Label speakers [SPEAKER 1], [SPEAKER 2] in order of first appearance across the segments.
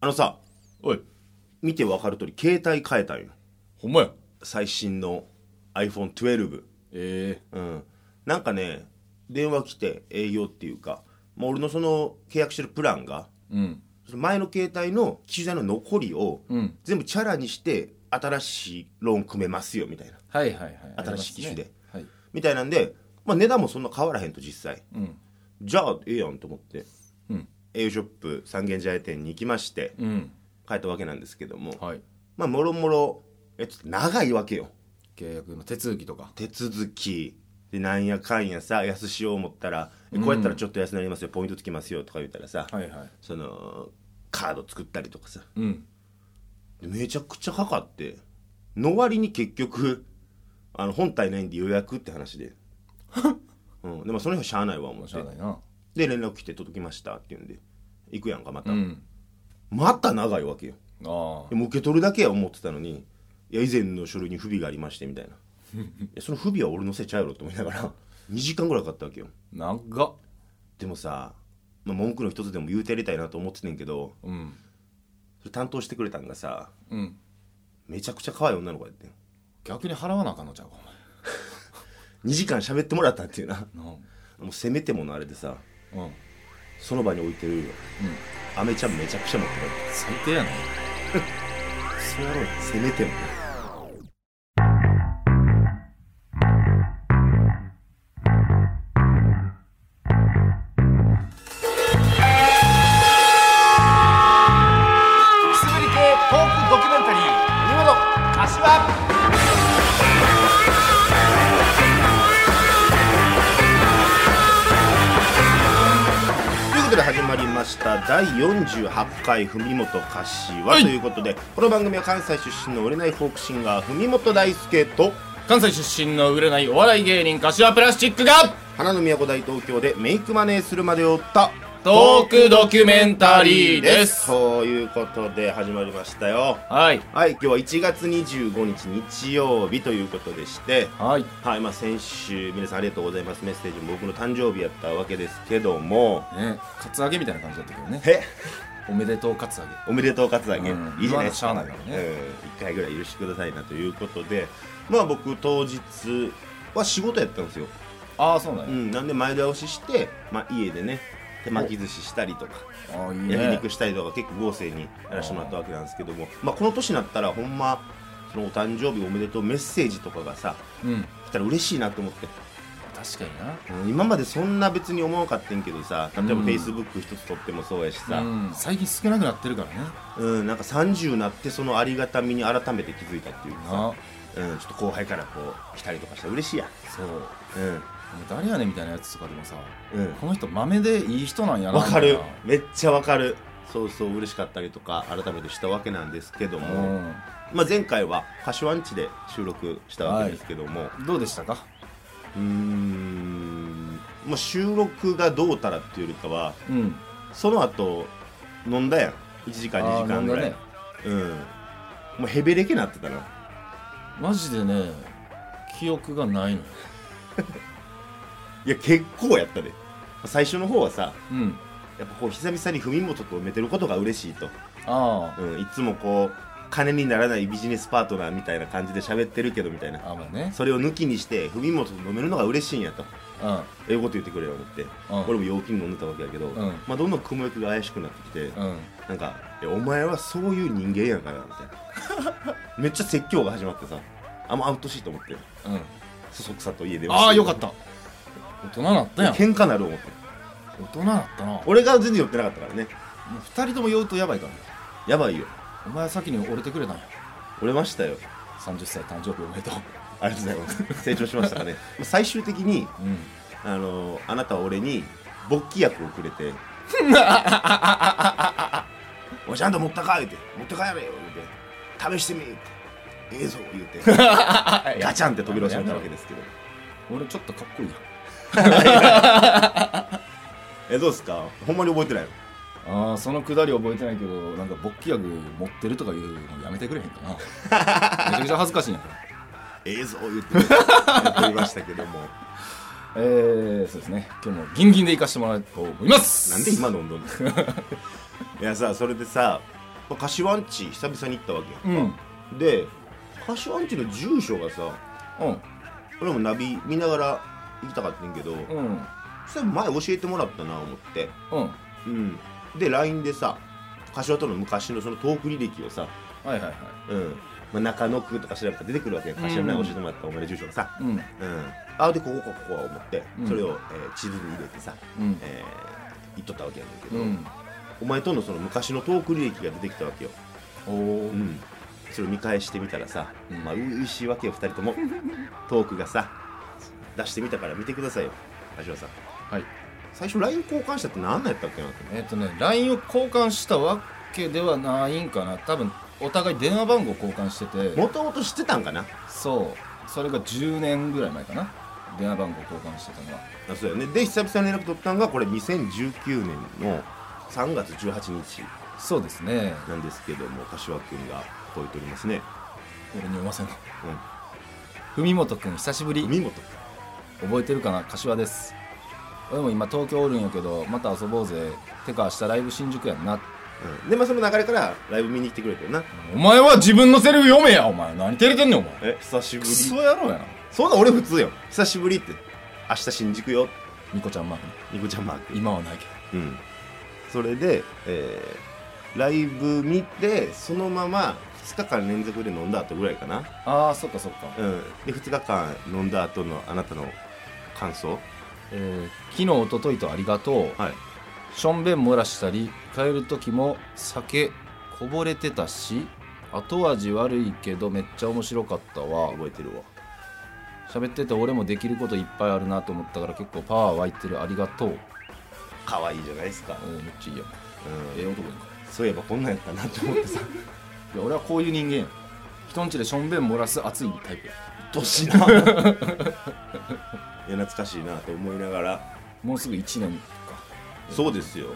[SPEAKER 1] あのさ
[SPEAKER 2] おい
[SPEAKER 1] 見てわかる通り携帯変えたんよ
[SPEAKER 2] ほんまや
[SPEAKER 1] 最新の iPhone12
[SPEAKER 2] ええ
[SPEAKER 1] うんなんかね電話来て営業っていうかもう俺のその契約してるプランが
[SPEAKER 2] うん
[SPEAKER 1] その前の携帯の機種代の残りを
[SPEAKER 2] うん
[SPEAKER 1] 全部チャラにして新しいローン組めますよみたいな
[SPEAKER 2] はいはいはい
[SPEAKER 1] 新しい機種で
[SPEAKER 2] ありますねはい
[SPEAKER 1] みたいなんで、まあ、値段もそんな変わらへんと実際
[SPEAKER 2] うん
[SPEAKER 1] じゃあええやんと思って
[SPEAKER 2] うん
[SPEAKER 1] 栄養ショップ三軒茶屋店に行きまして
[SPEAKER 2] うん
[SPEAKER 1] 帰ったわけなんですけども
[SPEAKER 2] はい
[SPEAKER 1] まあもろもろえちょっと長いわけよ
[SPEAKER 2] 契約の手続きとか
[SPEAKER 1] 手続きでなんやかんやさ安しよう思ったら、えこうやったらちょっと安くなりますよポイントつきますよとか言ったらさ、
[SPEAKER 2] はいはい
[SPEAKER 1] そのカード作ったりとかさ
[SPEAKER 2] うん
[SPEAKER 1] でめちゃくちゃかかっての割に結局あの本体ないんで予約って話 で、うん、でもその日はしゃあないわ思っ
[SPEAKER 2] しゃあ
[SPEAKER 1] て
[SPEAKER 2] ないな
[SPEAKER 1] で連絡来て届きましたって言うんで行くやんかまた、
[SPEAKER 2] うん
[SPEAKER 1] また長いわけよ
[SPEAKER 2] あ
[SPEAKER 1] でも受け取るだけや思ってたのにいや以前の書類に不備がありましてみ たいないやその不備は俺のせいちゃうやろと思いながら2時 間ぐらいかかったわけよ
[SPEAKER 2] あ長っ
[SPEAKER 1] でもさ、まあ、文句の一つでも言うてやりたいなと思っててんけど
[SPEAKER 2] うん
[SPEAKER 1] それ担当してくれたんがさ
[SPEAKER 2] うん
[SPEAKER 1] めちゃくちゃ可愛い女の子やってん
[SPEAKER 2] 逆に払わなあかんのちゃうか
[SPEAKER 1] 2時間喋ってもらったっていうな
[SPEAKER 2] お前
[SPEAKER 1] もうせめてものあれでさ
[SPEAKER 2] うんうん
[SPEAKER 1] その場に置いてるよアメちゃんめちゃくちゃ持ってる
[SPEAKER 2] 最低やな
[SPEAKER 1] そうやろうよせめても
[SPEAKER 3] くすぶり系トークドキュメンタリー「見事柏」
[SPEAKER 1] ということで始まりました第48回文元柏、はということでこの番組は関西出身の売れないフォークシンガー文元大輔と
[SPEAKER 2] 関西出身の売れないお笑い芸人柏プラスチックが
[SPEAKER 1] 花の都大東京でメイクマネーするまでを追った
[SPEAKER 2] トークドキュメンタリーです
[SPEAKER 1] ということで始まりましたよ
[SPEAKER 2] はい
[SPEAKER 1] はい今日は1月25日日曜日ということでして
[SPEAKER 2] はい
[SPEAKER 1] はいまあ先週皆さんありがとうございますメッセージも僕の誕生日やったわけですけども
[SPEAKER 2] ねカツアゲみたいな感じだったけどね
[SPEAKER 1] へ
[SPEAKER 2] おめでとうカツアゲ
[SPEAKER 1] おめでとうカツアゲ、
[SPEAKER 2] うん
[SPEAKER 1] いいじゃない
[SPEAKER 2] まだしゃあないからね
[SPEAKER 1] うん、1回ぐらい許してくださいなということでまあ僕当日は仕事やったんですよ、
[SPEAKER 2] ああそうなん
[SPEAKER 1] う
[SPEAKER 2] や、
[SPEAKER 1] ん、なんで前倒しして、まあ、家でね手巻き寿司したりとか
[SPEAKER 2] ああいい
[SPEAKER 1] 焼
[SPEAKER 2] ね
[SPEAKER 1] 肉したりとか結構豪勢にやらせてもらったわけなんですけども、まあ、この年になったらほんまそのお誕生日おめでとうメッセージとかがさ
[SPEAKER 2] うん
[SPEAKER 1] 来たら嬉しいなと思って、
[SPEAKER 2] 確かにな
[SPEAKER 1] うん今までそんな別に思わなかったんけどさ例えば
[SPEAKER 2] うん
[SPEAKER 1] Facebook 一つ撮ってもそうやしさ、
[SPEAKER 2] うん、最近少なくなってるからね
[SPEAKER 1] うん、なんか30なってそのありがたみに改めて気づいたっていう
[SPEAKER 2] な
[SPEAKER 1] かさ、うん、ちょっと後輩からこう来たりとかしたら嬉しいや
[SPEAKER 2] そうも
[SPEAKER 1] う
[SPEAKER 2] う
[SPEAKER 1] ん
[SPEAKER 2] 誰やねんみたいなやつとかでもさ
[SPEAKER 1] うん
[SPEAKER 2] この人豆でいい人なんやな
[SPEAKER 1] わかる
[SPEAKER 2] み
[SPEAKER 1] めっちゃわかるそうそう嬉しかったりとか改めてしたわけなんですけど
[SPEAKER 2] たい
[SPEAKER 1] も、
[SPEAKER 2] な
[SPEAKER 1] まあ、前回は柏んちで収録したわけですけども、
[SPEAKER 2] うんどうでしたか
[SPEAKER 1] うーん、まあ、収録がどうたらっていうよりかは
[SPEAKER 2] うん
[SPEAKER 1] その後飲んだやん1時間2時間ぐらい、
[SPEAKER 2] あー飲んだね
[SPEAKER 1] うんもうヘベレケなってたな
[SPEAKER 2] マジでね記憶がないのよ
[SPEAKER 1] いや結構やったで最初の方はさ
[SPEAKER 2] うん
[SPEAKER 1] やっぱこう久々に文元と埋めてることが嬉しいと、
[SPEAKER 2] あ
[SPEAKER 1] うん、いつもこう金にならないビジネスパートナーみたいな感じで喋ってるけどみたいな
[SPEAKER 2] ああまあね
[SPEAKER 1] それを抜きにして文元と飲めるのが嬉しいんやと
[SPEAKER 2] う
[SPEAKER 1] ええこと言ってくれよ思って、俺も陽気に飲んでたわけやけど、
[SPEAKER 2] ん
[SPEAKER 1] まあ、どんどん雲行きが怪しくなってきて、
[SPEAKER 2] んうん
[SPEAKER 1] なんかいや「お前はそういう人間やから」みたいな めっちゃ説教が始まってさあんまあうっとうしいと思って
[SPEAKER 2] うん
[SPEAKER 1] そそくさと家で
[SPEAKER 2] ああよかった大人なったやん
[SPEAKER 1] 喧嘩なる思って
[SPEAKER 2] 大人なったな
[SPEAKER 1] 俺が全然酔ってなかったからね
[SPEAKER 2] もう2人とも酔うとやばいからね
[SPEAKER 1] やばいよ
[SPEAKER 2] お前先に折れてくれたんや
[SPEAKER 1] 折れましたよ
[SPEAKER 2] 30歳誕生日おめでとう
[SPEAKER 1] ありがとうございます。成長しました かね。まあ最終的に、
[SPEAKER 2] う
[SPEAKER 1] あのあなたは俺に勃起薬をくれて、おいちゃんと持ったか言うて、持って帰れよ言うて、試してみ言うて、ええぞ言うて、
[SPEAKER 2] ん
[SPEAKER 1] ガチャンって扉を閉めたわけですけど。
[SPEAKER 2] 俺ちょっとかっこいいやん
[SPEAKER 1] え、どうですかほんまに覚えてないの
[SPEAKER 2] あーそのくだり覚えてないけどなんか勃起薬持ってるとか言うのやめてくれへんかなめ ちゃくちゃ恥ずかしいんやから
[SPEAKER 1] ええぞ言うて、やっておりましたけども。
[SPEAKER 2] えー、そうですね今日もギンギンで行かしてもらおうと思います
[SPEAKER 1] なんで今飲んどんのいやさ、それでさ、まあ柏んち久々に行ったわけよ
[SPEAKER 2] うんうん
[SPEAKER 1] で柏んちの住所がさ俺もナビ見ながら行きたかったんやけど
[SPEAKER 2] うん
[SPEAKER 1] それ前教えてもらったな思って
[SPEAKER 2] うん
[SPEAKER 1] うんで LINE でさ柏との昔のそのトーク履歴をさ、
[SPEAKER 2] はいはいはい
[SPEAKER 1] うんまあ、中野区とか調べたら出てくるわけやん柏の
[SPEAKER 2] うん
[SPEAKER 1] 教えてもらったお前の住所がさ、
[SPEAKER 2] うん
[SPEAKER 1] うん、あでここかここは思って、
[SPEAKER 2] うん
[SPEAKER 1] それを、えー地図に入れてさ、
[SPEAKER 2] うん
[SPEAKER 1] えー行っとったわけやねんけど、
[SPEAKER 2] うん
[SPEAKER 1] お前とのその昔のトーク履歴が出てきたわけよ、
[SPEAKER 2] おお
[SPEAKER 1] うん、それを見返してみたらさ、
[SPEAKER 2] うん
[SPEAKER 1] まあ初々しいわけよ2人と もトークがさ出してみたから見てくださいよ橋尾さん
[SPEAKER 2] はい
[SPEAKER 1] 最初 LINE 交換したって何なんやったっけなって
[SPEAKER 2] えっ、とね LINE を交換したわけではないんかな多分お互い電話番号交換してて
[SPEAKER 1] もともと知ってたんかな
[SPEAKER 2] そうそれが10年ぐらい前かな電話番号交換してたのは
[SPEAKER 1] あそうよねで久々に連絡取ったんがこれ2019年の3月18日
[SPEAKER 2] そうですね
[SPEAKER 1] なんですけども柏君がこう言っておりますね
[SPEAKER 2] 俺に読ませない文本君久しぶ
[SPEAKER 1] うん
[SPEAKER 2] り
[SPEAKER 1] 見事
[SPEAKER 2] 覚えてるかな柏です俺も今東京おるんやけどまた遊ぼうぜてか明日ライブ新宿やんな
[SPEAKER 1] うん、でまあその流れからライブ見に来てくれてるな
[SPEAKER 2] お前は自分のセリフ読めやお前何照れてんねんお前
[SPEAKER 1] え久しぶ
[SPEAKER 2] ク
[SPEAKER 1] り
[SPEAKER 2] ソ野郎やな
[SPEAKER 1] そんなん俺普通よ久しぶりって明日新宿よ
[SPEAKER 2] ニコちゃんマーク
[SPEAKER 1] ニコちゃんマーク
[SPEAKER 2] 今はないけど
[SPEAKER 1] うんそれで、えーライブ見てそのまま2日間連続で飲んだ後ぐらいかな
[SPEAKER 2] ああそっかそっか
[SPEAKER 1] うんで2日間飲んだ後のあなたの感想
[SPEAKER 2] えー昨日一昨日とありがとう
[SPEAKER 1] はい
[SPEAKER 2] しょんべん漏らしたり帰る時も酒こぼれてたし後味悪いけどめっちゃ面白かったわ
[SPEAKER 1] 覚えてるわ
[SPEAKER 2] 喋ってて俺もできることいっぱいあるなと思ったから結構パワー湧いてるありがとう
[SPEAKER 1] 可愛いじゃないですか
[SPEAKER 2] お、ーめっちゃいいやん
[SPEAKER 1] う
[SPEAKER 2] ええ
[SPEAKER 1] ん、
[SPEAKER 2] 男やんか
[SPEAKER 1] そういえばこんなんやったなと思ってさ
[SPEAKER 2] いや俺はこういう人間やん人んちでしょんべん漏らす熱いタイプや
[SPEAKER 1] 年な いや懐かしいなと思いながら
[SPEAKER 2] もうすぐ1年か
[SPEAKER 1] そうですよ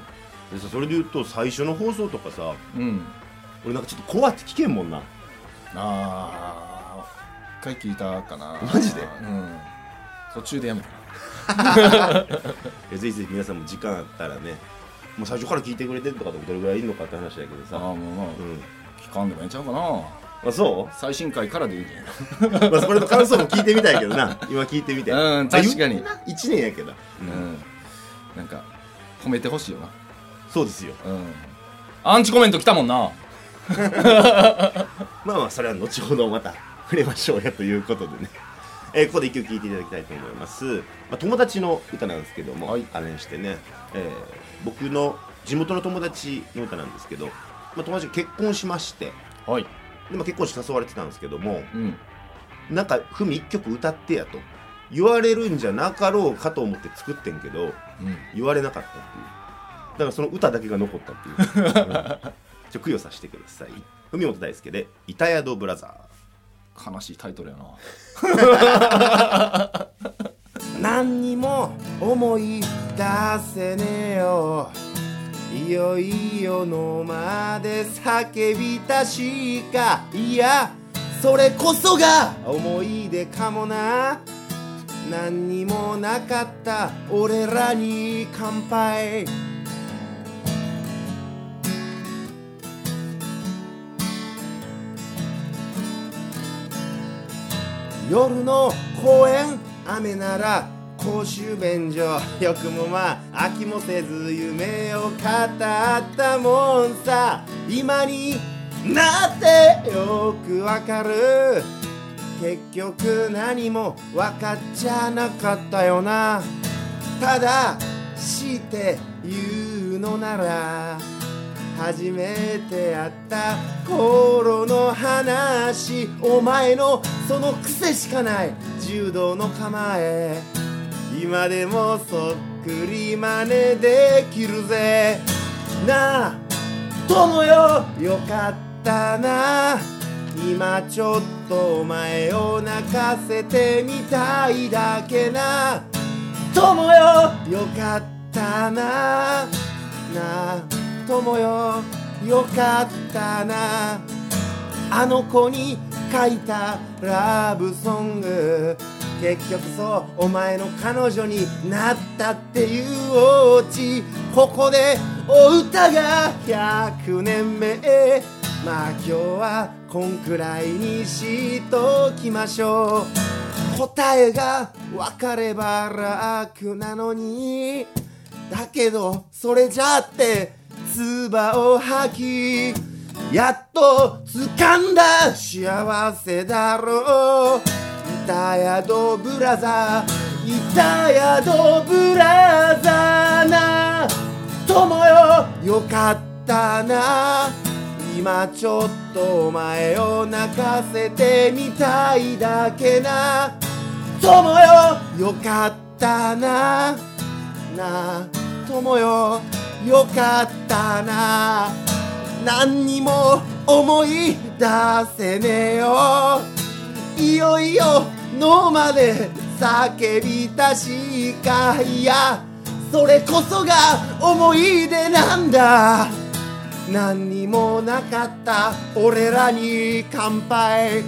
[SPEAKER 1] でさそれで言うと最初の放送とかさ
[SPEAKER 2] うん
[SPEAKER 1] 俺なんかちょっと怖って聞けんもんな
[SPEAKER 2] ああ一回聞いたかな
[SPEAKER 1] マジで
[SPEAKER 2] うん途中でやめた
[SPEAKER 1] えぜひぜひ皆さんも時間あったらねもう最初から聞いてくれてるとかでもどれぐらいいるのかって話だけど
[SPEAKER 2] ああも
[SPEAKER 1] さ
[SPEAKER 2] うまあ
[SPEAKER 1] うん
[SPEAKER 2] 聞かんでもええんちゃうかな
[SPEAKER 1] あそ、
[SPEAKER 2] 最新回からでいいんじゃないう
[SPEAKER 1] まあ、それの感想も聞いてみたいけどな今聞いてみて
[SPEAKER 2] うん確かに
[SPEAKER 1] 1年やけど、う
[SPEAKER 2] うんん、なんか褒めてほしいよな
[SPEAKER 1] そうですよ
[SPEAKER 2] うんアンチコメント来たもんな
[SPEAKER 1] まあまあそれは後ほどまた触れましょうやということでね えーここで一曲聴いていただきたいと思います、まあ、友達の歌なんですけども、
[SPEAKER 2] はい
[SPEAKER 1] アレンジしてね、えー僕の地元の友達の歌なんですけど、まあ、友達が結婚しまして
[SPEAKER 2] はい
[SPEAKER 1] で、まあ、結婚式誘われてたんですけども、
[SPEAKER 2] うん
[SPEAKER 1] なんか「ふみ一曲歌ってや」と言われるんじゃなかろうかと思って作ってんけど
[SPEAKER 2] うん
[SPEAKER 1] 言われなかったっていうだからその歌だけが残った っていう、うん、ちょ供養させてください文本大輔で「板宿ブラザ
[SPEAKER 2] 悲しいタイトルやな
[SPEAKER 1] ー」何にも思い出せねえよいよいよのまで叫びたしかいやそれこそが思い出かもな何にもなかった俺らに乾杯夜の公園雨なら公衆便所よくもまあ飽きもせず夢を語ったもんさ今になってよくわかる結局何も分かっちゃなかったよなただ強いて言うのなら初めて会った頃の話お前のその癖しかない柔道の構え今でもそっくり真似できるぜなあ友よよかったな今ちょっとお前を泣かせてみたいだけな友よよかったななあ友よよかったなあの子に書いたラブソング結局そうお前の彼女になったっていうオチここでお歌が100年目まあ今日はこんくらいにしときましょう答えが分かれば楽なのにだけどそれじゃって唾を吐きやっと掴んだ幸せだろう板宿ブラザー板宿ブラザーな友よよかったな今ちょっとお前を泣かせてみたいだけな友よよかったななあ友よよかったな何にも思い出せねえよいよいよ脳まで叫びたしかいやそれこそが思い出なんだ何にもなかった俺らに乾杯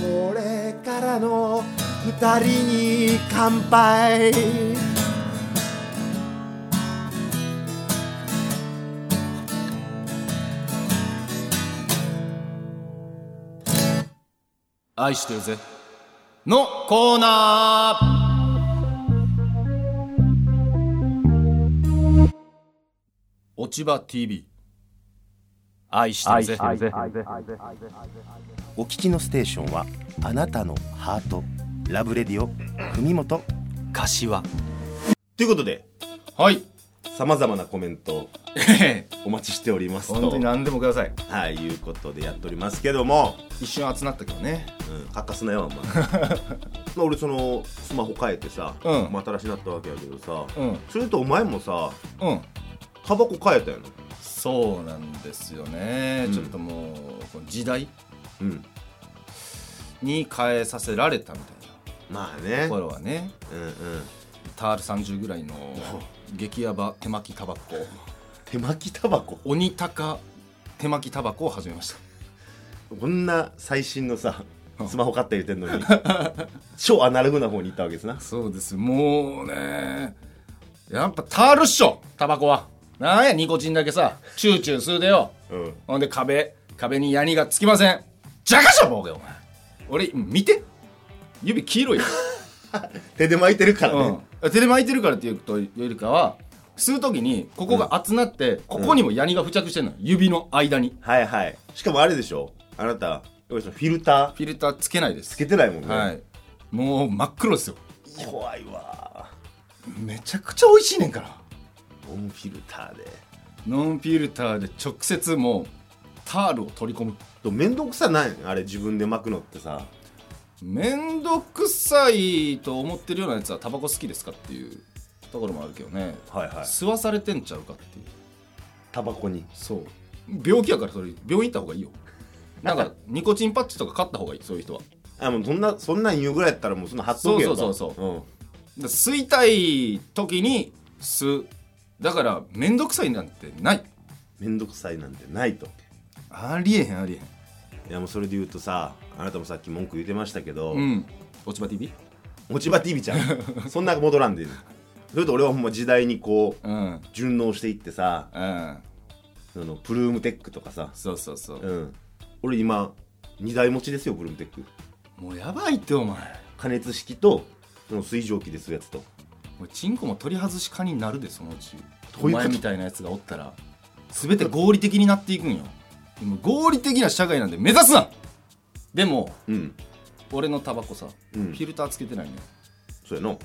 [SPEAKER 1] これからの二人に乾杯
[SPEAKER 2] 愛してるぜのコーナー落ち葉 TV 愛してるぜ
[SPEAKER 4] お聞きのステーションはあなたのハートラブレディオ文元
[SPEAKER 2] 柏
[SPEAKER 1] ということで
[SPEAKER 2] はい
[SPEAKER 1] さまざまなコメント
[SPEAKER 2] ええ
[SPEAKER 1] お待ちしておりますと
[SPEAKER 2] 本当に何でもください
[SPEAKER 1] はいいうことでやっておりますけども
[SPEAKER 2] 一瞬集まったけどね
[SPEAKER 1] うん欠かすなよお 前まあ俺そのスマホ変えてさ、
[SPEAKER 2] うん
[SPEAKER 1] まあ、新しになったわけやけどさ、
[SPEAKER 2] うん
[SPEAKER 1] それとお前もさ
[SPEAKER 2] うん
[SPEAKER 1] タバコ変えたよな
[SPEAKER 2] そうなんですよね、
[SPEAKER 1] うん
[SPEAKER 2] ちょっともうこの時代
[SPEAKER 1] うん
[SPEAKER 2] に変えさせられたみたい
[SPEAKER 1] まあね
[SPEAKER 2] な頃はね
[SPEAKER 1] うんうん
[SPEAKER 2] タール30ぐらいの激ヤバ手巻きタバコ
[SPEAKER 1] 手巻きタバコ
[SPEAKER 2] 鬼高手巻きタバコを始めました
[SPEAKER 1] こんな最新のさ
[SPEAKER 2] うん
[SPEAKER 1] スマホ買った言うてんのに 超アナログな方に行ったわけですな
[SPEAKER 2] そうですもうねやっぱタールっしょタバコはなんやニコチンだけさチューチュー吸うでよ
[SPEAKER 1] うん
[SPEAKER 2] ほんで壁壁にヤニがつきませんじゃかしょボケお前俺見て指黄色いよ
[SPEAKER 1] 手で巻いてるからね、
[SPEAKER 2] うん、手で巻いてるからっていうとよりかは吸う時にここが厚なって、ここにもヤニが付着してるの指の間に
[SPEAKER 1] はいはいしかもあれでしょあなた要はそのフィルター
[SPEAKER 2] フィルターつけないで
[SPEAKER 1] つ
[SPEAKER 2] す
[SPEAKER 1] けてないもんね、
[SPEAKER 2] はいもう真っ黒ですよ
[SPEAKER 1] 怖いわ
[SPEAKER 2] めちゃくちゃ美味しいねんから
[SPEAKER 1] ノンフィルターで
[SPEAKER 2] ノンフィルターで直接もうタールを取り込む
[SPEAKER 1] でも面倒くさないあれ自分で巻くのってさ
[SPEAKER 2] めんどくさいと思ってるようなやつはタバコ好きですかっていうところもあるけどね、
[SPEAKER 1] はいは
[SPEAKER 2] 吸わされてんちゃうかっていう
[SPEAKER 1] タバコに
[SPEAKER 2] そう病気やからそれ病院行った方がいいよなんかニコチンパッチとか買った方がいいそういう人は
[SPEAKER 1] あもうそんなそんなん言うぐらいやったらもうそんな貼っとけよ、
[SPEAKER 2] そうそうそう
[SPEAKER 1] うん、
[SPEAKER 2] だ吸いたい時に吸うだからめんどくさいなんてない
[SPEAKER 1] めんどくさいなんてないと
[SPEAKER 2] ありえへんあり
[SPEAKER 1] いやもうそれで言うとさあなたもさっき文句言ってましたけど、
[SPEAKER 2] えへんうん落ち葉 TV?
[SPEAKER 1] 持ち場 TV ちゃ んそんな戻らんでいいそれと俺はほんま時代にこう
[SPEAKER 2] うん
[SPEAKER 1] 順応していってさ
[SPEAKER 2] うん
[SPEAKER 1] そのプルームテックとかさ
[SPEAKER 2] そうそうそう、
[SPEAKER 1] うん俺今2台持ちですよプルームテック
[SPEAKER 2] もうやばいってお前
[SPEAKER 1] 加熱式とその水蒸気でするやつと
[SPEAKER 2] もうチンコも取り外しかになるでそのうち
[SPEAKER 1] ういうこと
[SPEAKER 2] お前みたいなやつがおったら全て合理的になっていくんよでも合理的な社会なんで目指すなでも
[SPEAKER 1] うん
[SPEAKER 2] 俺のタバコさ、
[SPEAKER 1] うん
[SPEAKER 2] フィルターつけてないのよ
[SPEAKER 1] そうやの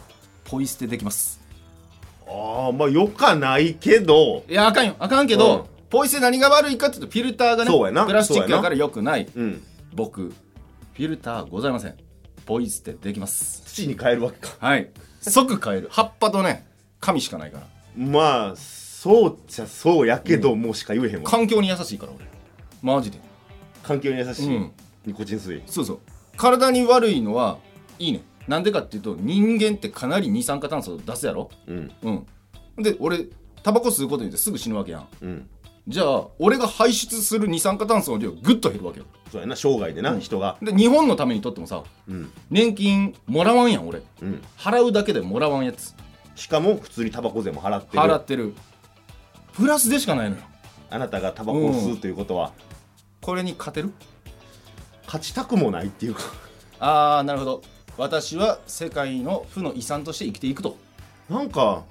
[SPEAKER 2] ポイ捨てできます
[SPEAKER 1] ああまあよかないけど
[SPEAKER 2] いやあかんよあかんけど、ポイ捨て何が悪いかっていうとフィルターがね
[SPEAKER 1] そうやな
[SPEAKER 2] プラスチックやからよくない
[SPEAKER 1] うん
[SPEAKER 2] 僕フィルターございませんポイ捨てできます
[SPEAKER 1] 土に変えるわけか
[SPEAKER 2] はい即買える葉っぱとね紙しかないから
[SPEAKER 1] まあそうっちゃそうやけど、もうしか言えへんわ
[SPEAKER 2] 環境に優しいから俺マジで
[SPEAKER 1] 環境に優しい、
[SPEAKER 2] うん
[SPEAKER 1] ニコチン水
[SPEAKER 2] そうそう体に悪いのはいいねなんでかっていうと人間ってかなり二酸化炭素出すやろ
[SPEAKER 1] うん
[SPEAKER 2] うんで俺タバコ吸うことによってすぐ死ぬわけやん
[SPEAKER 1] うん
[SPEAKER 2] じゃあ俺が排出する二酸化炭素の量ぐっと減るわけよ
[SPEAKER 1] そうやな生涯でな、
[SPEAKER 2] うん
[SPEAKER 1] 人が
[SPEAKER 2] で日本のためにとってもさ
[SPEAKER 1] うん
[SPEAKER 2] 年金もらわんやん俺
[SPEAKER 1] うん
[SPEAKER 2] 払うだけでもらわんやつ
[SPEAKER 1] しかも普通にタバコ税も払ってる
[SPEAKER 2] 払ってるプラスでしかないのよ
[SPEAKER 1] あなたがタバコを吸うということは、
[SPEAKER 2] これに勝てる
[SPEAKER 1] 勝ちたくもないっていうか
[SPEAKER 2] ああなるほど私は世界の負の遺産として生きていくと
[SPEAKER 1] なんか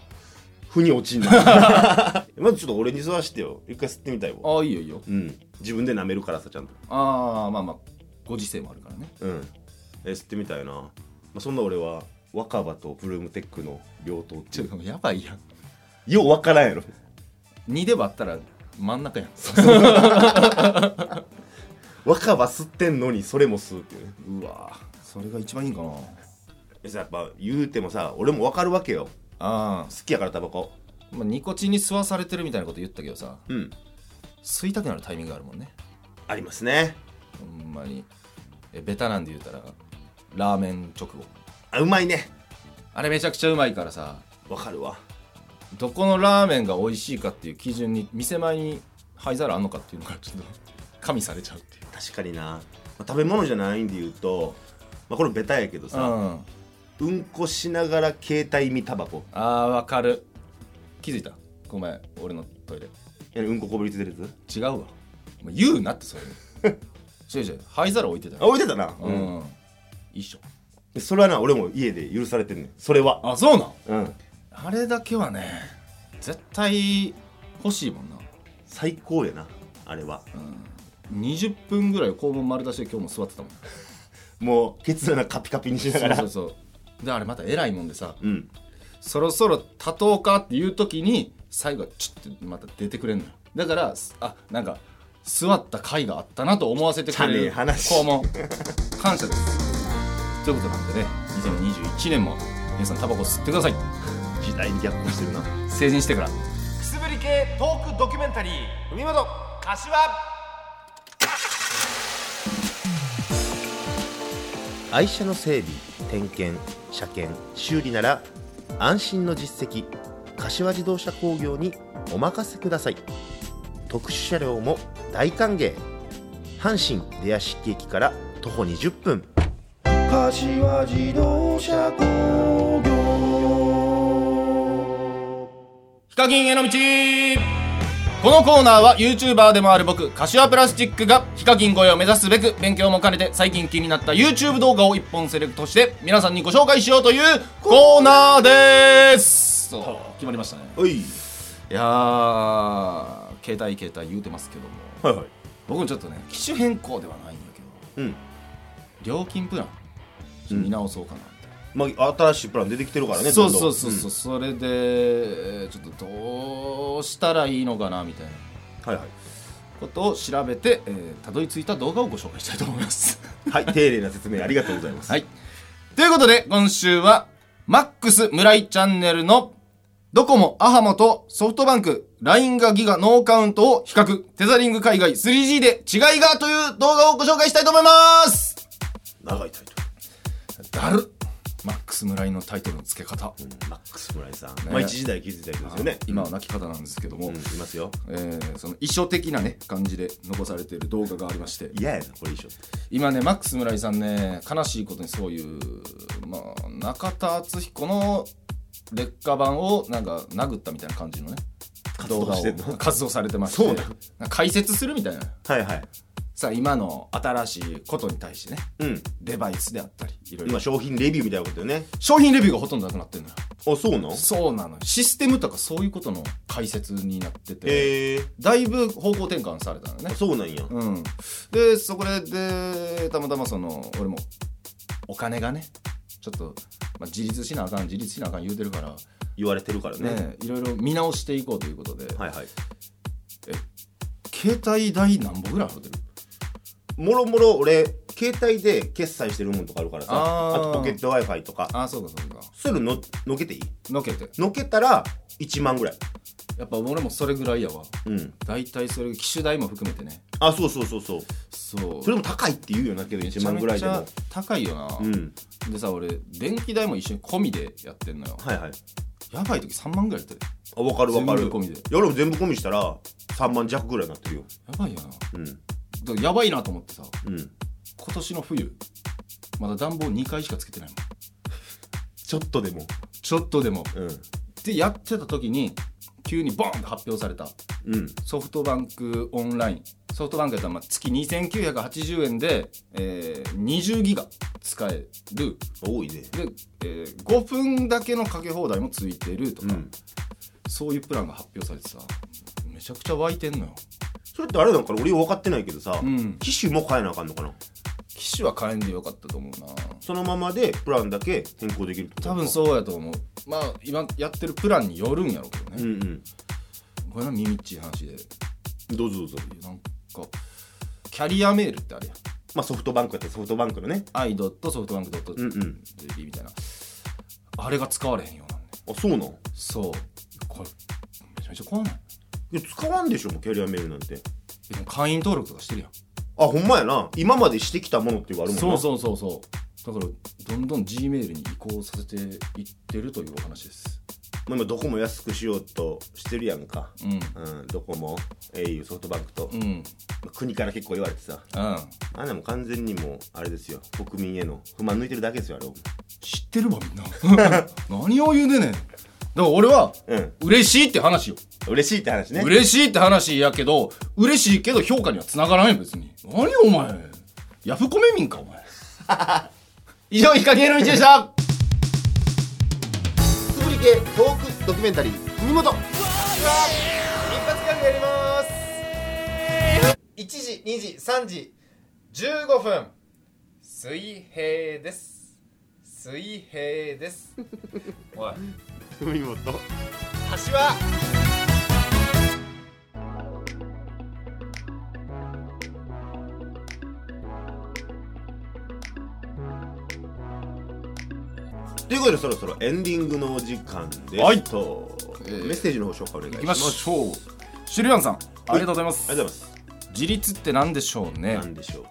[SPEAKER 1] 負に落ちんなまずちょっと俺に吸わしてよ一回吸ってみたいわ
[SPEAKER 2] ああいいよいいよ
[SPEAKER 1] うん自分で舐めるからさちゃんと
[SPEAKER 2] ああまあまあご時世もあるからね
[SPEAKER 1] うんえ吸ってみたいな、まあ、そんな俺は若葉とブルームテックの両党って
[SPEAKER 2] ち
[SPEAKER 1] い
[SPEAKER 2] ょ
[SPEAKER 1] う
[SPEAKER 2] っとやばいやん
[SPEAKER 1] よう分からんやろ
[SPEAKER 2] 2で割ったら真ん中やん
[SPEAKER 1] 若葉吸ってんのにそれも吸うっていうね
[SPEAKER 2] うわーそれが一番いいんかな
[SPEAKER 1] えさやっぱ言うてもさ俺も分かるわけよ
[SPEAKER 2] あ
[SPEAKER 1] 好きやからタバコ
[SPEAKER 2] ー、まあニコチンに吸わされてるみたいなこと言ったけどさ
[SPEAKER 1] うん
[SPEAKER 2] 吸いたくなるタイミングがあるもんね
[SPEAKER 1] ありますね
[SPEAKER 2] ほんまにえベタなんで言うたらラーメン直後
[SPEAKER 1] あうまいね
[SPEAKER 2] あれめちゃくちゃうまいからさ
[SPEAKER 1] 分かるわ
[SPEAKER 2] どこのラーメンが美味しいかっていう基準に店前に灰皿あんのかっていうのがちょっと加味されちゃうっていう
[SPEAKER 1] 確かにな、まあ食べ物じゃないんで言うと、まあ、これベタやけど
[SPEAKER 2] うん
[SPEAKER 1] さ、
[SPEAKER 2] あ
[SPEAKER 1] うん、こしながら携帯見タバコ
[SPEAKER 2] あーわかる気づいたごめん俺のトイレ
[SPEAKER 1] えうんここびりついてるやつ
[SPEAKER 2] 違うわもう言うなってそれ 違う違う灰皿置いてた
[SPEAKER 1] あ
[SPEAKER 2] よ
[SPEAKER 1] 置いてたな、
[SPEAKER 2] う
[SPEAKER 1] うん
[SPEAKER 2] ん一緒
[SPEAKER 1] でそれはな俺も家で許されてんねんそれは
[SPEAKER 2] あそうなん
[SPEAKER 1] うん
[SPEAKER 2] あれだけはね絶対欲しいもんな、
[SPEAKER 1] 最高やなあれは
[SPEAKER 2] うん、20分ぐらい肛門丸出しで今日も座ってたもん
[SPEAKER 1] もうケツ穴カピカピにしながら
[SPEAKER 2] そうそうそうであれまた偉いもんでさ
[SPEAKER 1] うん
[SPEAKER 2] そろそろ立とうかっていう時に最後はちょっとまた出てくれんのよだからすあなんか座った甲斐があったなと思わせてく
[SPEAKER 1] 汚
[SPEAKER 2] れ
[SPEAKER 1] ねえ
[SPEAKER 2] る
[SPEAKER 1] 話
[SPEAKER 2] 肛門感謝ですということなんでね2021年も皆さんタバコ吸ってください
[SPEAKER 1] 時代に逆行してるな
[SPEAKER 2] 成人してから
[SPEAKER 3] くすぶり系トークドキュメンタリー海本柏
[SPEAKER 4] 愛車の整備点検車検修理なら安心の実績柏自動車工業にお任せください特殊車両も大歓迎阪神出屋敷駅から徒歩20分
[SPEAKER 5] 柏自動車工業
[SPEAKER 2] ヒカキンへの道このコーナーは YouTuber でもある僕、柏プラスチックがヒカキン越えを目指すべく勉強も兼ねて最近気になった YouTube 動画を一本セレクトして皆さんにご紹介しようというコーナーですそう決まりましたね。
[SPEAKER 1] おい
[SPEAKER 2] いやー、携帯携帯言うてますけども、
[SPEAKER 1] はいはい
[SPEAKER 2] 僕もちょっとね、機種変更ではないんだけど、
[SPEAKER 1] うん
[SPEAKER 2] 料金プラン、ちょっと見直そうかなって。
[SPEAKER 1] まあ新しいプラン出てきてるからね
[SPEAKER 2] そ
[SPEAKER 1] ど
[SPEAKER 2] うん
[SPEAKER 1] どん
[SPEAKER 2] そうそうそう、それでえーちょっとどうしたらいいのかなみたいな
[SPEAKER 1] うんはいはい
[SPEAKER 2] ことを調べて、えーたどり着いた動画をご紹介したいと思います。
[SPEAKER 1] はい丁寧な説明ありがとうございます
[SPEAKER 2] はい。ということで、今週は、マックス村井チャンネルの、ドコモ、アハモとソフトバンク、LINE がギガノーカウントを比較、テザリング海外 3G で違いがという動画をご紹介したいと思います
[SPEAKER 1] 長いタイト
[SPEAKER 2] だるマックス村井のタイトルの付け方。
[SPEAKER 1] ルマックス村井さん、まあ一時代気づいた人ですよね
[SPEAKER 2] 今は亡き方なんですけども、
[SPEAKER 1] うんいますよ
[SPEAKER 2] えーその遺書的なね、感じで残されている動画がありまして、
[SPEAKER 1] 嫌やなこれ一緒
[SPEAKER 2] 今ねマックス村井さんね悲しいことにそういう、まあ、中田敦彦の劣化版をなんか殴ったみたいな感じのね
[SPEAKER 1] 活
[SPEAKER 2] 動
[SPEAKER 1] 動
[SPEAKER 2] 画
[SPEAKER 1] してんの
[SPEAKER 2] を活動されてまして
[SPEAKER 1] そうなん
[SPEAKER 2] なんか解説するみたいな
[SPEAKER 1] はいはい
[SPEAKER 2] さあ今の新しいことに対してね
[SPEAKER 1] うん
[SPEAKER 2] デバイスであったりいろいろ
[SPEAKER 1] 今商品レビューみたいなことよね
[SPEAKER 2] 商品レビューがほとんどなくなってるのよ
[SPEAKER 1] あそうなの
[SPEAKER 2] そうなのよシステムとかそういうことの解説になってて、
[SPEAKER 1] えー、
[SPEAKER 2] だいぶ方向転換されたのね
[SPEAKER 1] そうなんや、
[SPEAKER 2] うん、でそこででたまたまその俺もお金がねちょっと、まあ、自立しなあかん自立しなあかん言うてるから、
[SPEAKER 1] 言われてるからね
[SPEAKER 2] ねいろいろ見直していこうということで、
[SPEAKER 1] はいはい
[SPEAKER 2] 携帯代何本ぐらい払ってる
[SPEAKER 1] もろもろ俺携帯で決済してるもんとかあるからさ
[SPEAKER 2] あ
[SPEAKER 1] あ
[SPEAKER 2] ー
[SPEAKER 1] とポケット w i f i とか
[SPEAKER 2] ああそうかそうか
[SPEAKER 1] そういうのののけていい
[SPEAKER 2] のけて
[SPEAKER 1] のけたら1万ぐらい
[SPEAKER 2] やっぱ俺もそれぐらいやわ
[SPEAKER 1] うん
[SPEAKER 2] 大体それ機種代も含めてね
[SPEAKER 1] あそうそうそうそう
[SPEAKER 2] そう
[SPEAKER 1] それも高いって言うよなけど1万ぐらいで
[SPEAKER 2] めち
[SPEAKER 1] も
[SPEAKER 2] ゃめちゃ高いよな、
[SPEAKER 1] うん
[SPEAKER 2] でさ俺電気代も一緒に込みでやってんのよ、
[SPEAKER 1] はいはい
[SPEAKER 2] やばい時3万ぐらいやってる
[SPEAKER 1] あ分かる分かる
[SPEAKER 2] 全部込みで
[SPEAKER 1] 夜も全部込みしたら3万弱ぐらいになってるよ
[SPEAKER 2] やばいよ
[SPEAKER 1] うん
[SPEAKER 2] なだやばいなと思ってさ
[SPEAKER 1] うん
[SPEAKER 2] 今年の冬まだ暖房2回しかつけてないもん
[SPEAKER 1] ちょっとでも
[SPEAKER 2] ちょっとでも
[SPEAKER 1] うん
[SPEAKER 2] でやってた時に急にボンと発表された
[SPEAKER 1] うん
[SPEAKER 2] ソフトバンクオンラインソフトバンクやったらまあ月2980円で、えー20ギガ使える
[SPEAKER 1] 多いね
[SPEAKER 2] で、えー5分だけのかけ放題もついてるとか、
[SPEAKER 1] うん
[SPEAKER 2] そういうプランが発表されてさめちゃくちゃ湧いてんのよ
[SPEAKER 1] それってあれなんかな俺分かってないけどさ、
[SPEAKER 2] うん
[SPEAKER 1] 機種も変えなあかんのかな
[SPEAKER 2] 機種は変えんでよかったと思うな
[SPEAKER 1] そのままでプランだけ変更できるってこと
[SPEAKER 2] 多分そうやと思うまあ今やってるプランによるんやろうけどね、
[SPEAKER 1] うん
[SPEAKER 2] これな耳っちい話で
[SPEAKER 1] うんどうぞどうぞ
[SPEAKER 2] なんかキャリアメールってあるやん
[SPEAKER 1] まあソフトバンクやったらソフトバンクのね
[SPEAKER 2] アイドットソフトバンクドット
[SPEAKER 1] うんうん
[SPEAKER 2] みたいなあれが使われへんようなんで
[SPEAKER 1] あそうなんい
[SPEAKER 2] そうこれめちゃめちゃ怖ない
[SPEAKER 1] や使わんでしょもうキャリアメールなんて
[SPEAKER 2] えでも会員登録とかしてるやん
[SPEAKER 1] あほんまやな今までしてきたものっていうのがあるもんな
[SPEAKER 2] そうそうそうそうだからどんどん G メールに移行させていってるというお話です
[SPEAKER 1] まあ今どこも安くしようとしてるやんか
[SPEAKER 2] うん
[SPEAKER 1] うんドコモ au ソフトバンクと、
[SPEAKER 2] うんうん
[SPEAKER 1] まあ国から結構言われてさあんなもん完全にもうあれですよ国民への不満抜いてるだけですよあれ
[SPEAKER 2] 知ってるわみんな 何を言うでねんだから俺は
[SPEAKER 1] うん
[SPEAKER 2] 嬉しいって話よ
[SPEAKER 1] 嬉しいって話ね
[SPEAKER 2] 嬉しいって話やけど嬉しいけど評価にはつながらんよ別に何お前ヤフコメ民かお前 以上ヒカキンへの道でした
[SPEAKER 4] つぶり系トークドキュメンタリー海本
[SPEAKER 6] 一発ギャグやります1時2時3時15分水平です水平です おい
[SPEAKER 4] 海本
[SPEAKER 6] 橋は
[SPEAKER 1] ということでそろそろエンディングのお時間です、
[SPEAKER 2] はい
[SPEAKER 1] と、
[SPEAKER 2] ー
[SPEAKER 1] メッセージの方紹介お願い
[SPEAKER 2] い
[SPEAKER 1] し
[SPEAKER 2] き
[SPEAKER 1] ま
[SPEAKER 2] ますしょうシルビアンさんありがとうございま
[SPEAKER 1] あ
[SPEAKER 2] す
[SPEAKER 1] りがとうございます
[SPEAKER 2] 自立って何でしょうね
[SPEAKER 1] 何でしょう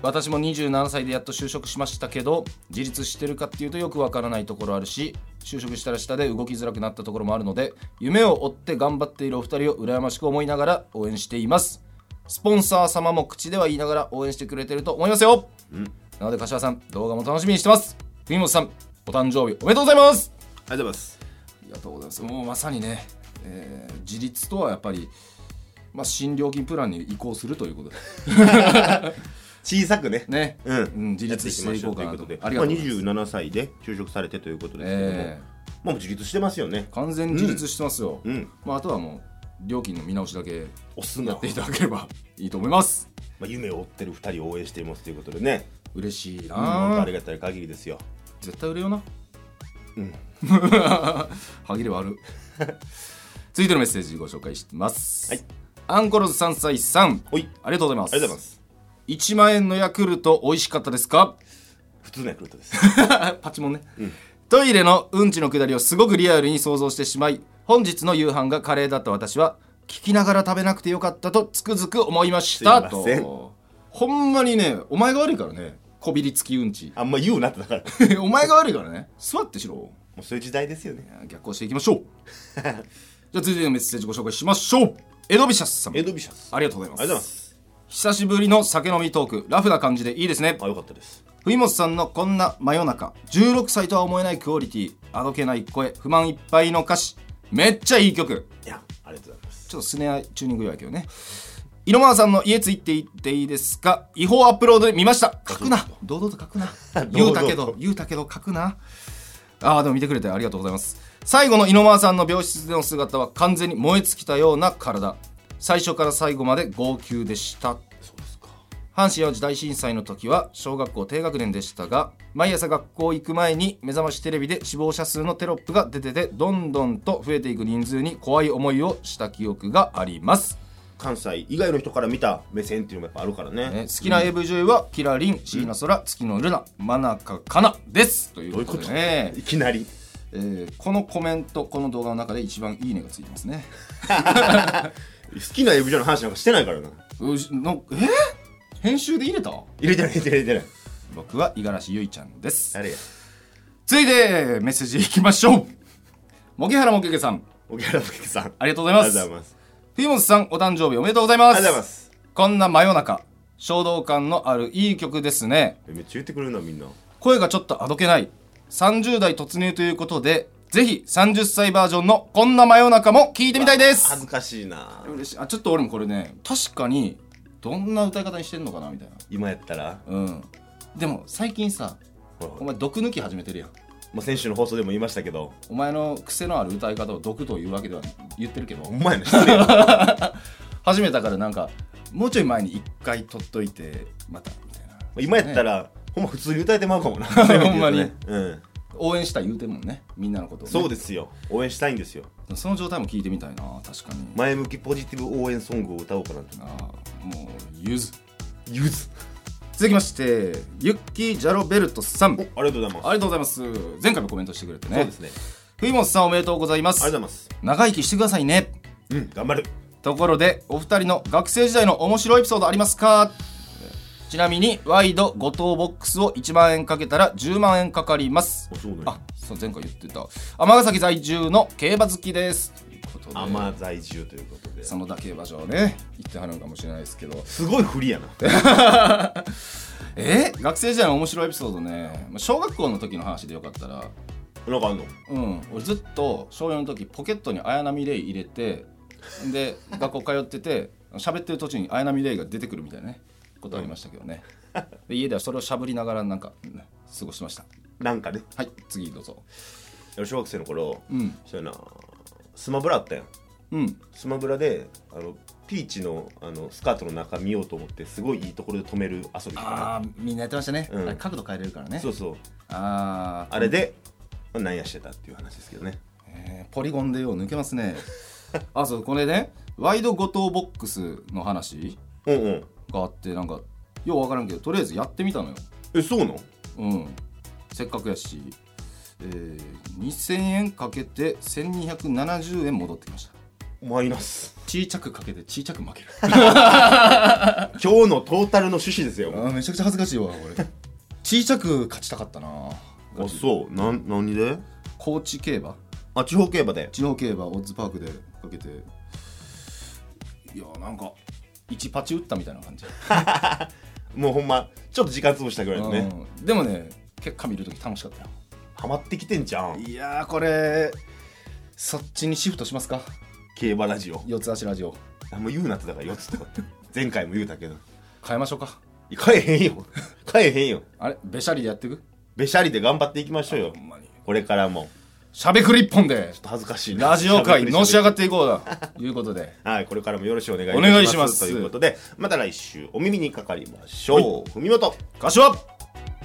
[SPEAKER 2] 私も27歳でやっと就職しましたけど自立してるかっていうとよくわからないところあるし就職したら下で動きづらくなったところもあるので夢を追って頑張っているお二人を羨ましく思いながら応援していますスポンサー様も口では言いながら応援してくれてると思いますよ、なので柏さん動画も楽しみにしてます文本さんお誕生日おめでとうございます
[SPEAKER 1] ありがとうございます
[SPEAKER 2] ありがとうございますもうまさにね、えー自立とはやっぱりまあ新料金プランに移行するということで
[SPEAKER 1] 小さくね
[SPEAKER 2] ね、
[SPEAKER 1] うん
[SPEAKER 2] 自立していこうかなと
[SPEAKER 1] やっていきましょうということで
[SPEAKER 2] ありがとうございます、
[SPEAKER 1] まあ、27歳で就職されてということですけども、
[SPEAKER 2] ええ
[SPEAKER 1] もう自立してますよね
[SPEAKER 2] 完全に自立してますよ、
[SPEAKER 1] うん
[SPEAKER 2] まあ、あとはもう料金の見直しだけ
[SPEAKER 1] おすな
[SPEAKER 2] やっていただければいいと思います
[SPEAKER 1] まあ、夢を追ってる2人を応援していますということでね
[SPEAKER 2] 嬉しい
[SPEAKER 1] うん本
[SPEAKER 2] な、
[SPEAKER 1] 当ありがたい限りですよ
[SPEAKER 2] 絶対売れよな
[SPEAKER 1] うん
[SPEAKER 2] 歯切れ悪 続いてのメッセージご紹介します、
[SPEAKER 1] はい
[SPEAKER 2] アンコロズ3歳さん
[SPEAKER 1] ほい
[SPEAKER 2] ありがとうございます
[SPEAKER 1] ありがとうございます
[SPEAKER 2] 1万円のヤクルト美味しかったですか
[SPEAKER 1] 普通のヤクルトです
[SPEAKER 2] パチモンね、トイレのうんちのくだりをすごくリアルに想像してしまい本日の夕飯がカレーだった私は聞きながら食べなくてよかったとつくづく思いました
[SPEAKER 1] すいません
[SPEAKER 2] とほんまにねお前が悪いからねこびりつきうんち
[SPEAKER 1] あんま言うなってだからも
[SPEAKER 2] お前が悪いからね座ってしろ
[SPEAKER 1] うそういう時代ですよね
[SPEAKER 2] 逆行していきまし ょうじゃあ続いてのメッセージご紹介しましょうエドビシャスさん
[SPEAKER 1] エドビシャスあ
[SPEAKER 2] ありがとうございます
[SPEAKER 1] りがとうございます
[SPEAKER 2] 久しぶりの酒飲みトークラフな感じでいいですね
[SPEAKER 1] あよかったです
[SPEAKER 2] 藤本さんのこんな真夜中16歳とは思えないクオリティあどけない声不満いっぱいの歌詞めっちゃいい曲
[SPEAKER 1] いやありがとうございます
[SPEAKER 2] ちょっとスネアチューニング弱いけどね色間さんの家ついていっていいですか違法アップロードで見ました書くな堂々と書 くな言うたけ
[SPEAKER 1] 堂々
[SPEAKER 2] ど
[SPEAKER 1] と
[SPEAKER 2] 言うたけど書くなあーでも見てくれてありがとうございます最後の井上さんの病室での姿は完全に燃え尽きたような体最初から最後まで号泣でした
[SPEAKER 1] そうですか
[SPEAKER 2] 阪神・淡路大震災の時は小学校低学年でしたが毎朝学校行く前に目覚ましテレビで死亡者数のテロップが出ててどんどんと増えていく人数に怖い思いをした記憶があります、
[SPEAKER 1] 関西以外の人から見た目線っていうのもやっぱあるからね
[SPEAKER 2] ね好きな AV 女優はキラリン椎名空月野ルナ真中かなですという
[SPEAKER 1] どういう
[SPEAKER 2] こ
[SPEAKER 1] ことと
[SPEAKER 2] でね
[SPEAKER 1] いきなり
[SPEAKER 2] えーこのコメントこの動画の中で一番いいねがついてますね
[SPEAKER 1] 好きな AV 女の話なんかしてないからな
[SPEAKER 2] うしのえー編集で入れた
[SPEAKER 1] 入れてない入れてない入れてない
[SPEAKER 2] 僕は五十嵐ゆいちゃんです
[SPEAKER 1] 誰や
[SPEAKER 2] 続いてメッセージいきましょう 茂木原茂木さん
[SPEAKER 1] おぎゃらぶけさん
[SPEAKER 2] ありがとうご
[SPEAKER 1] ありがと
[SPEAKER 2] ざいま
[SPEAKER 1] う
[SPEAKER 2] す
[SPEAKER 1] ございます
[SPEAKER 2] 藤本さんお誕生日おめでとうございま
[SPEAKER 1] あり
[SPEAKER 2] す
[SPEAKER 1] がとうございます
[SPEAKER 2] こんな真夜中衝動感のあるいい曲ですね
[SPEAKER 1] えめっちゃ言ってくれるなみんな
[SPEAKER 2] 声がちょっとあどけない30代突入ということでぜひ30歳バージョンのこんな真夜中も聞いてみたいです
[SPEAKER 1] 恥ずかしいな
[SPEAKER 2] 嬉しいあちょっと俺もこれね確かにどんな歌い方にしてんのかなみたいな
[SPEAKER 1] 今やったら
[SPEAKER 2] うんでも最近さ
[SPEAKER 1] ほら
[SPEAKER 2] お前毒抜き始めてるやん
[SPEAKER 1] まあ、先週の放送でも言いましたけど
[SPEAKER 2] お前の癖のある歌い方を毒というわけでは言ってるけど
[SPEAKER 1] お 前の失礼な
[SPEAKER 2] 始めたからなんかもうちょい前に一回取っといてまたみたいな
[SPEAKER 1] 今やったら、ほんま普通に歌えてまうかもな
[SPEAKER 2] ほんまに
[SPEAKER 1] うん
[SPEAKER 2] 応援したい言うてんもんねみんなのことをね、
[SPEAKER 1] そうですよ応援したいんですよ
[SPEAKER 2] その状態も聞いてみたいな確かに、
[SPEAKER 1] 前向きポジティブ応援ソングを歌おうかなと
[SPEAKER 2] あーもうゆず
[SPEAKER 1] ゆず
[SPEAKER 2] 続きましてユッキー・ジャロベルトさん
[SPEAKER 1] ありがとうございます
[SPEAKER 2] ありがとうございます前回もコメントしてくれてね
[SPEAKER 1] そうですね
[SPEAKER 2] 冬本さんおめでとうございま
[SPEAKER 1] ありがとうござ
[SPEAKER 2] す
[SPEAKER 1] います
[SPEAKER 2] 長生きしてくださいね
[SPEAKER 1] うん頑張る
[SPEAKER 2] ところでお二人の学生時代の面白いエピソードありますかちなみにワイド5等ボックスを1万円かけたら10万円かかります
[SPEAKER 1] あそうなんや
[SPEAKER 2] あそう前回言ってた尼崎在住の競馬好きですということで
[SPEAKER 1] 甘在住ということで
[SPEAKER 2] そのだ競馬場ね行ってはるのかもしれないですけど
[SPEAKER 1] すごい不利やな
[SPEAKER 2] え学生時代の面白いエピソードねまあ小学校の時の話でよかったら
[SPEAKER 1] なんかあんの
[SPEAKER 2] うん俺ずっと小4の時ポケットに綾波レイ入れてで学校通ってて喋ってる途中に綾波レイが出てくるみたいなねことありましたけどね、で家ではそれをしゃぶりながらなんか、ね過ごしました
[SPEAKER 1] なんかね
[SPEAKER 2] はい次どうぞ
[SPEAKER 1] 俺小学生の頃、
[SPEAKER 2] うん
[SPEAKER 1] そうやなスマブラあったやん
[SPEAKER 2] うん
[SPEAKER 1] スマブラであのピーチのあのスカートの中見ようと思ってすごいいいところで止める遊びとか
[SPEAKER 2] ああみんなやってましたね、
[SPEAKER 1] うん
[SPEAKER 2] あれ角度変えれるからね
[SPEAKER 1] なそうそう
[SPEAKER 2] ああ
[SPEAKER 1] あれで、まあ、なんやしてたっていう話ですけどね
[SPEAKER 2] えーポリゴンでよう抜けますね あそうこれねワイド五等ボックスの話
[SPEAKER 1] うんうん
[SPEAKER 2] があってなんかよう分からんけどとりあえずやってみたのよ
[SPEAKER 1] えそうなん
[SPEAKER 2] うんせっかくやし、えー、2000円かけて1270円戻ってきました
[SPEAKER 1] マイナス
[SPEAKER 2] 小さくかけて小さく 負ける
[SPEAKER 1] 今日のトータルの趣旨ですよ
[SPEAKER 2] あーめちゃくちゃ恥ずかしいわこれ小さく勝ちたかったな
[SPEAKER 1] あそうなん何で
[SPEAKER 2] 高知競馬
[SPEAKER 1] あ地方競馬で
[SPEAKER 2] 地方競馬オッズパークでかけていやなんか1パチ打ったみたいな感じ
[SPEAKER 1] もうほんまちょっと時間潰したぐらいのね
[SPEAKER 2] うんでもね結果見るとき楽しかったよ
[SPEAKER 1] ハマってきてんじゃん
[SPEAKER 2] いやーこれそっちにシフトしますか
[SPEAKER 1] 競馬ラジオ
[SPEAKER 2] 四つ足ラジオ
[SPEAKER 1] あんま言うなってだから4つとか前回も言うたけど
[SPEAKER 2] 変えましょうか
[SPEAKER 1] いや変えへんよ変えへんよ
[SPEAKER 2] あれべしゃりでやってく
[SPEAKER 1] べしゃりで頑張っていきましょうよ
[SPEAKER 2] ほんまに
[SPEAKER 1] これからも
[SPEAKER 2] しゃべくり一本で
[SPEAKER 1] ちょっと恥ずかしいな
[SPEAKER 2] ラジオ界のし上が
[SPEAKER 1] っ
[SPEAKER 2] っていこう だいうことで
[SPEAKER 1] はいこれからもよろしくお願いいた
[SPEAKER 2] お願いします
[SPEAKER 1] ということでまた来週お耳にかかりましょう文元
[SPEAKER 2] 柏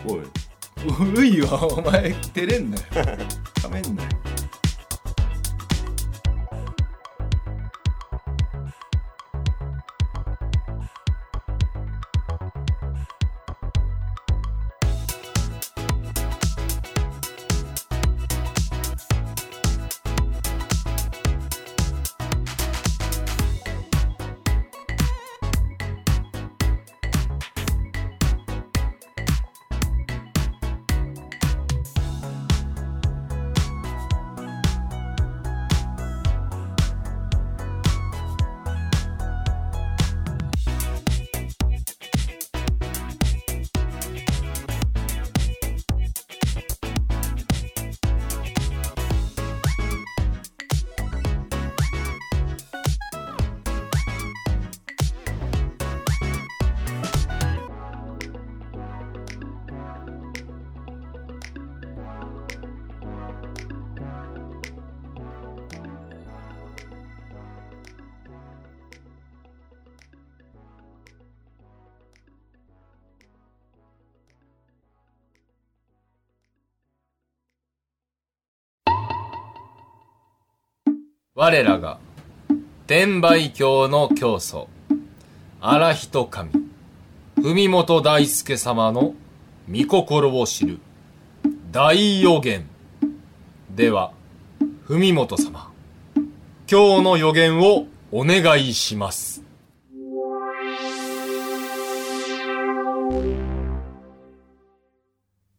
[SPEAKER 1] おいう
[SPEAKER 2] るいわお前照れ んなよためんなよ
[SPEAKER 7] 我らが天売教の教祖荒人神文本大輔様の御心を知る大予言では文本様今日の予言をお願いします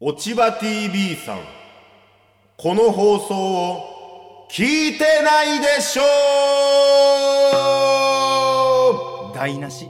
[SPEAKER 1] 落ち葉 TV さんこの放送を聞いてないでしょう
[SPEAKER 2] 台無し